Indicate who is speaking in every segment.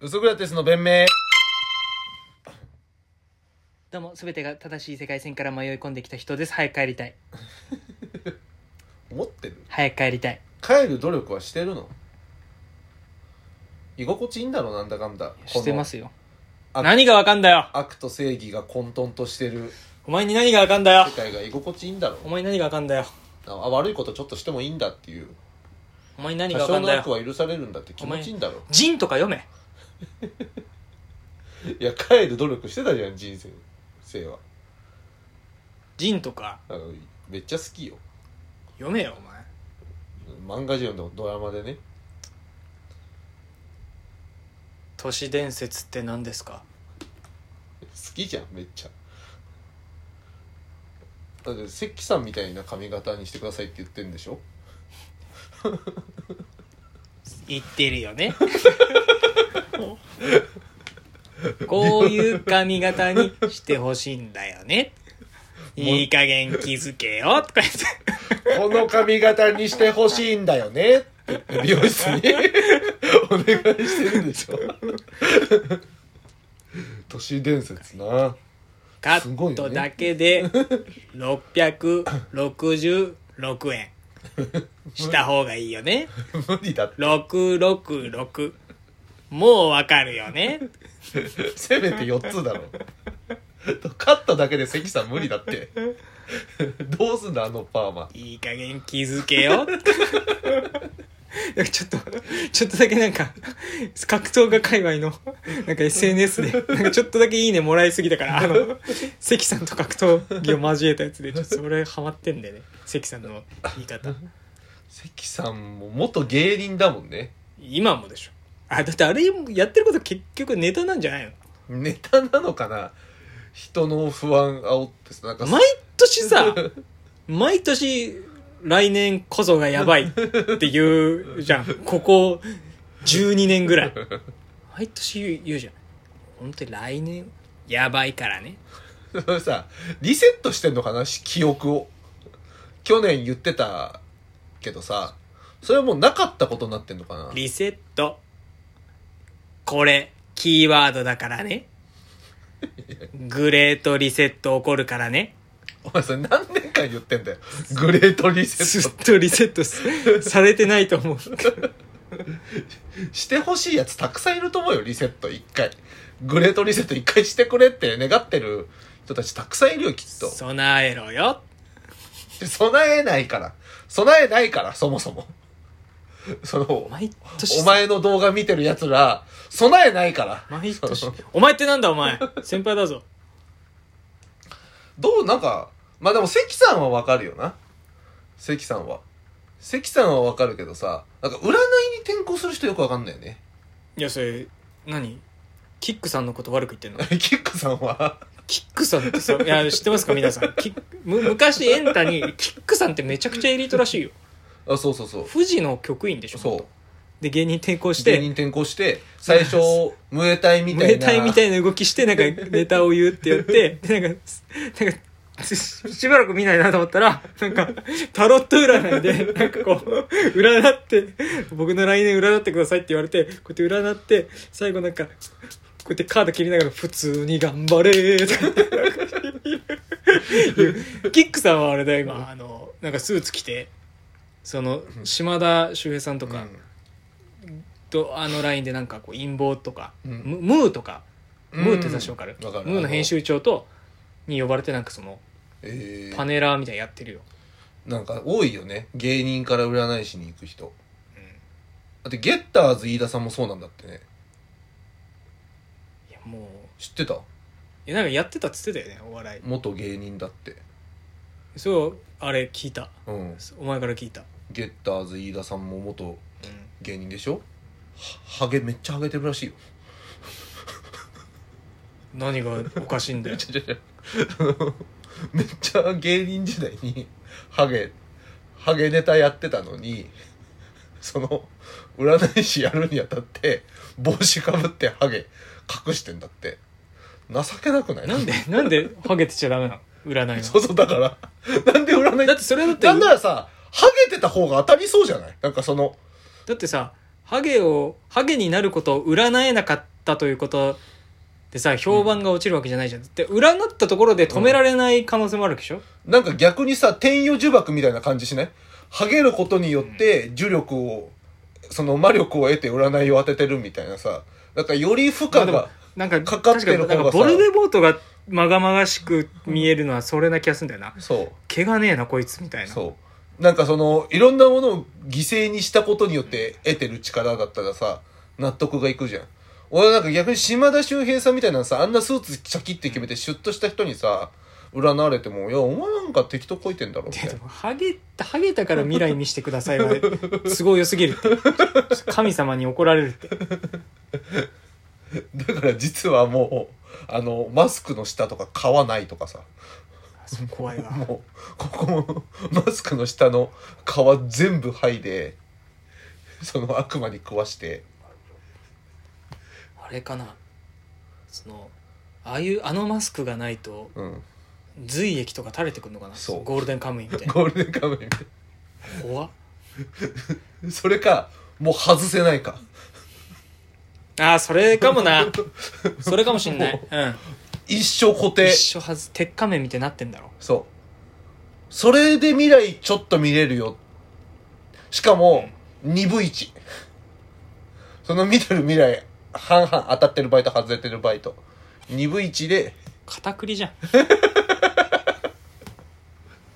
Speaker 1: ウソクラテスの弁明
Speaker 2: どうも、すべてが正しい世界線から迷い込んできた人です。早く帰りたい。
Speaker 1: 思ってる
Speaker 2: 早く帰りたい。
Speaker 1: 帰る努力はしてるの居心地いいんだろなんだかんだ
Speaker 2: してますすよ。
Speaker 1: あ
Speaker 2: 何がわかんだよ
Speaker 1: 悪と正義が混沌としてる
Speaker 2: お前に何がわかんだよ
Speaker 1: 世界が居心地いいんだろ
Speaker 2: お前に何がわかんだよ
Speaker 1: あ悪いことちょっとしてもいいんだっていう
Speaker 2: お前に何
Speaker 1: 多
Speaker 2: がわ
Speaker 1: 少
Speaker 2: かん
Speaker 1: の
Speaker 2: だ
Speaker 1: 悪
Speaker 2: よ
Speaker 1: は許されるんだって気持ちいいんだろ
Speaker 2: ジンとか読め
Speaker 1: いや帰る努力してたじゃん人生生は
Speaker 2: ジンとか
Speaker 1: あのめっちゃ好きよ
Speaker 2: 読めよ、お前。
Speaker 1: 漫画中のドラマでね
Speaker 2: 都市伝説って何ですか
Speaker 1: 好きじゃんめっちゃだって関さんみたいな髪型にしてくださいって言ってんでしょ
Speaker 2: 言ってるよ ね。こういう髪型にしてほしいんだよね。いい加減気づけよとか言って。
Speaker 1: この髪型にしてほしいんだよねって言って美容室 にお願いしてるんでしょ都市伝説な
Speaker 2: カ
Speaker 1: すごいよ
Speaker 2: ット
Speaker 1: ね
Speaker 2: だけで666円 した方がいいよね
Speaker 1: 無理だって
Speaker 2: 666もうわかるよね
Speaker 1: せめて4つだろカットだけで関さん無理だってどうすんだあのパーマ
Speaker 2: いい加減気づけよ ちょっとちょっとだけなんか格闘家界隈のなんか SNS でなんかちょっとだけいいねもらいすぎたからあの関さんと格闘技を交えたやつでちょっとそれハマってんだよね関さんの言い方
Speaker 1: 関さんも元芸人だもんね
Speaker 2: 今もでしょあだってあれやってること結局ネタなんじゃない
Speaker 1: ネタなのかな人の不安煽ってさなんか
Speaker 2: の毎年 さ毎年来年こそがやばいって言うじゃんここ12年ぐらい毎年言う言うじゃん本当に来年やばいからね
Speaker 1: それ さリセットしてんのかなし記憶を去年言ってたけどさそれはもうなかったことになってんのかな
Speaker 2: リセットこれキーワードだからねグレートリセット起こるからね
Speaker 1: お前それ何年間言ってんだよグレートリセッ
Speaker 2: ずっとリセットすされてないと思う
Speaker 1: トしてほしいやつたくさんいると思うよリセット一回グレートリセット一回してくれって願ってる人たちたくさんいるよきっと
Speaker 2: 備えろよ
Speaker 1: で備えないから備えないからそもそもその
Speaker 2: 毎年
Speaker 1: お前の動画見てるやつら備えないから
Speaker 2: 毎
Speaker 1: そ
Speaker 2: 年
Speaker 1: の
Speaker 2: お前ってなんだお前先輩だぞ
Speaker 1: どうなんかまあでも関さんはわかるよな関さんは関さんはわかるけどさなんか占いに転向する人よくわかんないよね
Speaker 2: いやそれ何キックさんのこと悪く言ってんの
Speaker 1: キックさんは
Speaker 2: キックさんってさいや知ってますか皆さんキックむ昔エンタにキックさんってめちゃくちゃエリートらしいよ
Speaker 1: あそうそうそう
Speaker 2: 富士の局員でしょ
Speaker 1: そう
Speaker 2: で芸人転校し
Speaker 1: 芸人
Speaker 2: て
Speaker 1: 転向して最初ムエタイみ
Speaker 2: ム
Speaker 1: た
Speaker 2: エ
Speaker 1: いな
Speaker 2: タイみたいな動きしてなんかネタを言うってや ってでなんかなんかししばらく見ないなと思ったら、なんか、タロット占いで、なんかこう、占って、僕の来年占ってくださいって言われて、こうやって占って、最後なんか、こうやってカード切りながら、普通に頑張れーとか言っていうキックさんはあれだよ、今、あの、なんかスーツ着て、その、島田秀平さんと
Speaker 1: う
Speaker 2: か
Speaker 1: ん、
Speaker 2: とあのラインでなんかこう陰謀とか、
Speaker 1: うん
Speaker 2: ムムーとか、ムーって雑誌わかる
Speaker 1: わかる
Speaker 2: ムーの編集長とに呼ばれてなんかその
Speaker 1: え
Speaker 2: パ
Speaker 1: ー、
Speaker 2: ネラーみたいなやってるよ、
Speaker 1: なんか多いよね芸人から占い師に行く人だってゲッターズ飯田さんもそうなんだってね
Speaker 2: いやもう
Speaker 1: 知ってた
Speaker 2: いやなんかやってたっつってたよねお笑い
Speaker 1: 元芸人だって
Speaker 2: そうあれ聞いた
Speaker 1: うん
Speaker 2: お前から聞いた、
Speaker 1: ゲッターズ飯田さんも元芸人でしょはハゲめっちゃハゲてるらしいよ
Speaker 2: 何がおかしいんだよ
Speaker 1: めっちゃ芸人時代に ハゲハゲネタやってたのにその占い師やるにあたって帽子かぶってハゲ隠してんだって情けなくない
Speaker 2: なんでなんでハゲてちゃダメなの占 い
Speaker 1: そう
Speaker 2: の
Speaker 1: そうだから なんで占い
Speaker 2: だってそれだって
Speaker 1: なんならさハゲてた方が当たりそうじゃないなんかその
Speaker 2: だってさハゲをハゲになることを占えなかったということでさ評判が落ちるわけじゃないじゃん、で占ったところで止められない可能性もあるわけでしょ、
Speaker 1: なんか逆にさ天与呪縛みたいな感じしないハゲることによって呪力をその魔力を得て占いを当ててるみたいなさなんかより負
Speaker 2: まあ
Speaker 1: 荷
Speaker 2: で
Speaker 1: が、
Speaker 2: もなんか
Speaker 1: かかってる方がさ
Speaker 2: 確になんかボルデモートがまがまがしく見えるのはそれな気がするんだよな
Speaker 1: そう
Speaker 2: 毛がねえなこいつみたいな
Speaker 1: そうなんかそのいろんなものを犠牲にしたことによって得てる力だったらさ納得がいくじゃん俺なんか逆に島田秀平さんみたいなさあんなスーツシャキって決めてシュッとした人にさ占われても「いやお前なんか適当こいてんだろ」みたい
Speaker 2: で
Speaker 1: な
Speaker 2: もハゲたハゲたから未来見してくださいは都合良すぎるって神様に怒られるって
Speaker 1: だから実はもうあのマスクの下とか買わないとかさ
Speaker 2: それ怖いわ
Speaker 1: もうここもマスクの下の皮全部剥いでその悪魔に食わして
Speaker 2: あれかなそのああいうあのマスクがないと
Speaker 1: うん
Speaker 2: 髄液とか垂れてくるのかな
Speaker 1: そう
Speaker 2: ゴールデンカムイみたいな
Speaker 1: ゴールデンカムイみたい
Speaker 2: 怖っ
Speaker 1: なそれかもう外せないか
Speaker 2: ああそれかもなそれかもしんない、うん、
Speaker 1: 一生固定
Speaker 2: 一緒はず鉄仮面みたいになってんだろ
Speaker 1: そうそれで未来ちょっと見れるよしかも2分1その見てる未来半々当たってるバイト外れてるバイト2分1で
Speaker 2: 片栗じゃん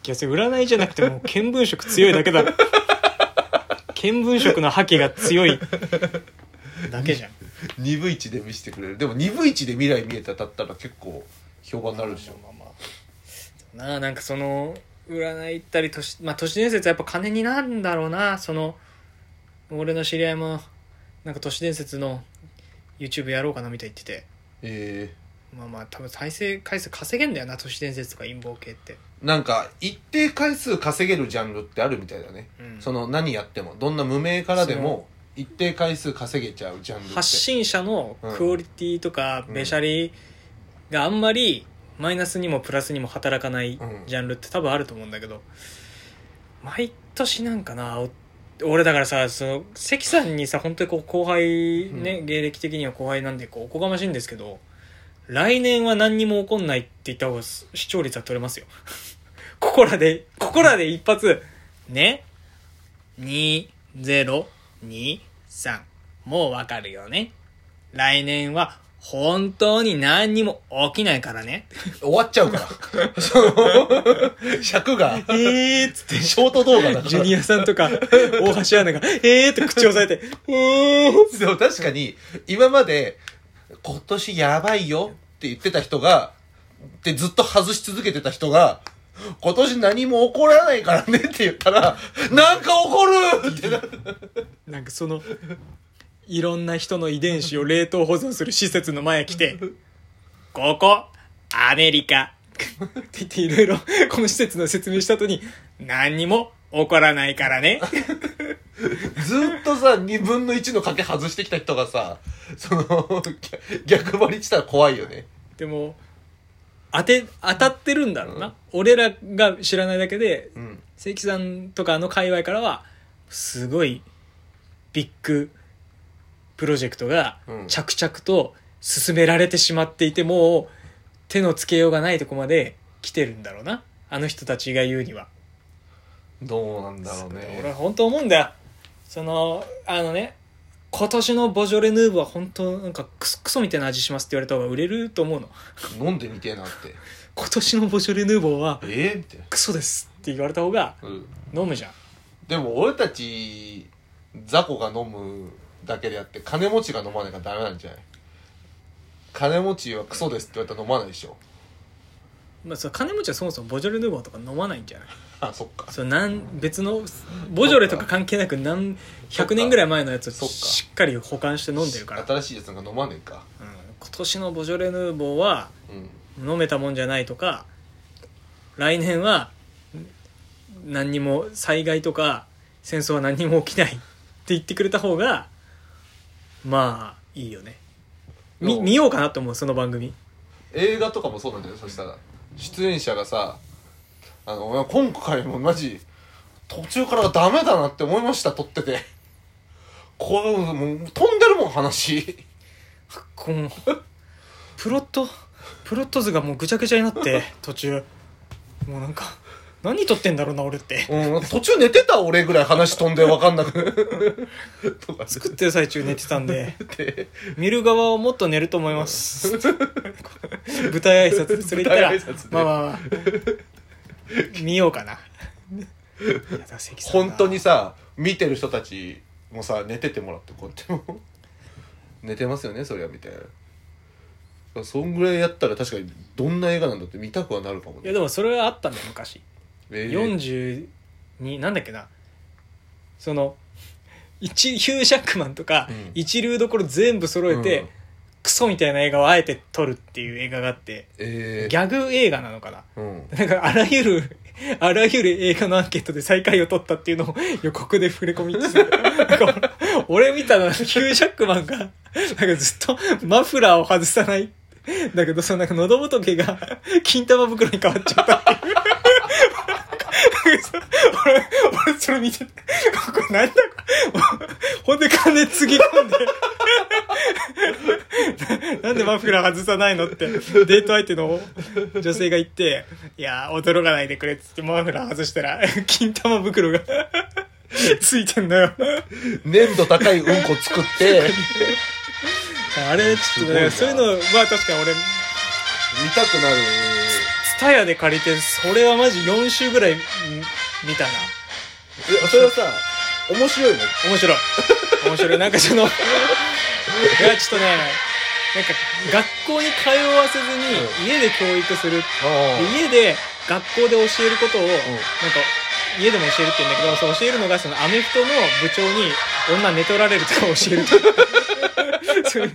Speaker 2: いやそれ占いじゃなくてもう見聞色強いだけだ ろ見聞色の覇気が強いだけじゃん
Speaker 1: 2分1で見せてくれるでも2分1で未来見えただったら結構評判になるでしょ
Speaker 2: まあまあまあなあなんかその占い行ったり都市,、まあ、都市伝説はやっぱ金になるんだろうなその俺の知り合いもなんか都市伝説の YouTube やろうかなみたいに言ってて
Speaker 1: ええ
Speaker 2: まあまあ多分再生回数稼げんだよな都市伝説とか陰謀系って、
Speaker 1: なんか一定回数稼げるジャンルってあるみたいだね、
Speaker 2: うん、
Speaker 1: その何やってもどんな無名からでも一定回数稼げちゃうジャンルって
Speaker 2: 発信者のクオリティとか
Speaker 1: うん
Speaker 2: べしゃりがあんまりマイナスにもプラスにも働かない
Speaker 1: うん
Speaker 2: ジャンルって多分あると思うんだけど毎年なんかなお俺だからさその関さんにさ本当にこう後輩ね、
Speaker 1: う
Speaker 2: 芸歴的には後輩なんでこうおこがましいんですけど来年は何にも起こんないって言った方が視視聴率は取れますよ ここらでここらで一発ね2023もうわかるよね来年は本当に何にも起きないからね
Speaker 1: 終わっちゃう から。その、尺が、
Speaker 2: えーっつって
Speaker 1: ショート動画だか
Speaker 2: ジュ
Speaker 1: ら。
Speaker 2: ニアさんとか大橋アナがえーって口を押さえてえー
Speaker 1: でも確かに、今まで、今年やばいよって言ってた人が、ってずっと外し続けてた人が、今年何も起こらないからねって言ったら、なんか起こるってなる。
Speaker 2: なんかそのいろんな人の遺伝子を冷凍保存する施設の前へ来て「ここアメリカ」って言っていろいろこの施設の説明した後に「何にも起こらないからね」
Speaker 1: ずっとさ、二分の一の賭け外してきた人がさ、その、 逆張りしたら怖いよね。
Speaker 2: でも当て当たってるんだろうな、俺らが知らないだけで
Speaker 1: うん。
Speaker 2: 関さんとかの界隈からはすごいビッグプロジェクトが
Speaker 1: うん
Speaker 2: 着々と進められてしまっていてもう手のつけようがないとこまで来てるんだろうなあの人たちが言うには、
Speaker 1: どうなんだろう
Speaker 2: 俺は
Speaker 1: ね。
Speaker 2: 本当思うんだよそのあのね今年のボジョレ・ヌーボーは本当なんかクソクソみたいな味しますって言われた方が売れると思うの
Speaker 1: 飲んでみてえなって。
Speaker 2: 今年のボジョレ・ヌーボーは
Speaker 1: ええみたいな。
Speaker 2: クソですって言われた方が
Speaker 1: うん。
Speaker 2: 飲むじゃん
Speaker 1: でも俺たち雑魚が飲むだけであって金持ちが飲まないからダメなんじゃない金持ちはクソですって言われたら飲まないでしょ
Speaker 2: まあ、その金持ちはそもそもボジョレ・ヌーボーとか飲まないんじゃない
Speaker 1: あそっか
Speaker 2: そのなん別のボジョレとか関係なく何100年ぐらい前のやつを
Speaker 1: そっか
Speaker 2: しっかり保管して飲んでるから、うん、今
Speaker 1: 新しいやつなんか飲まねえか
Speaker 2: 年のボジョレ・ヌーボーは
Speaker 1: うん
Speaker 2: 飲めたもんじゃないとか来年は何にも災害とか戦争は何にも起きないって言ってくれた方がまあいいよねみ見ようかなと思うその番組
Speaker 1: 映画とかもそうなんじゃないそしたら出演者がさあのいや今回もマジ途中からダメだなって思いました撮っててこうもう飛んでるもん話
Speaker 2: このプロットプロット図がもうぐちゃぐちゃに なって途中もうなんか何撮ってんだろうな俺って
Speaker 1: うん途中寝てた俺ぐらい話飛んで分かんなくとか
Speaker 2: 作ってる最中寝てたんで
Speaker 1: って
Speaker 2: 見る側をもっと寝ると思います 舞台挨拶それ言ったら
Speaker 1: 舞台挨拶で
Speaker 2: まあまあ、まあ、見よ うかな宮田関さんが
Speaker 1: 本当にさ見てる人たちもさ寝ててもらってこうやっても寝てますよねそりゃみたいなそんぐらいやったら確かにどんな映画なんだって見たくはなるかも
Speaker 2: い
Speaker 1: ね
Speaker 2: やでもそれはあったんだよ昔
Speaker 1: えー
Speaker 2: 42なんだっけなその一ヒュー・ジャックマンとか、
Speaker 1: うん
Speaker 2: 一流どころ全部揃えて、
Speaker 1: うん
Speaker 2: クソみたいな映画をあえて撮るっていう映画があって、
Speaker 1: え
Speaker 2: ギャグ映画なのかな
Speaker 1: ーうん
Speaker 2: なんかあらゆる あらゆる映画のアンケートで最下位を取ったっていうのを 予告で触れ込みつつなんか俺見たらヒュー・ジャックマンがなんかずっとマフラーを外さないだけどそのなんか喉仏が 金玉袋に変わっちゃったっていう 俺俺それ見ててこれなんだこれほんで金つぎ込んで なんでマフラー外さない のって、デート相手の女性が言って、いやー、驚かないでくれってってマフラー外したら、 金玉袋が ついてんだよ。
Speaker 1: 粘度高いうんこ作って
Speaker 2: あれ、ちょっとね、
Speaker 1: す
Speaker 2: そう
Speaker 1: ご
Speaker 2: い
Speaker 1: いうな
Speaker 2: のは確か俺、
Speaker 1: 見たくなる
Speaker 2: ツタヤで借りて、それはマジ4週ぐらいん見たな。
Speaker 1: えそれはさ面白いね
Speaker 2: 面白い。面白い。なんかそ の、いや、ちょっとね、なんか学校に通わせずに家で教育するって
Speaker 1: あ
Speaker 2: で家で学校で教えることを、なんか家でも教えるって言うんだけどその教えるのがそのアメフトの部長に女寝取られるとか教えるとかそういう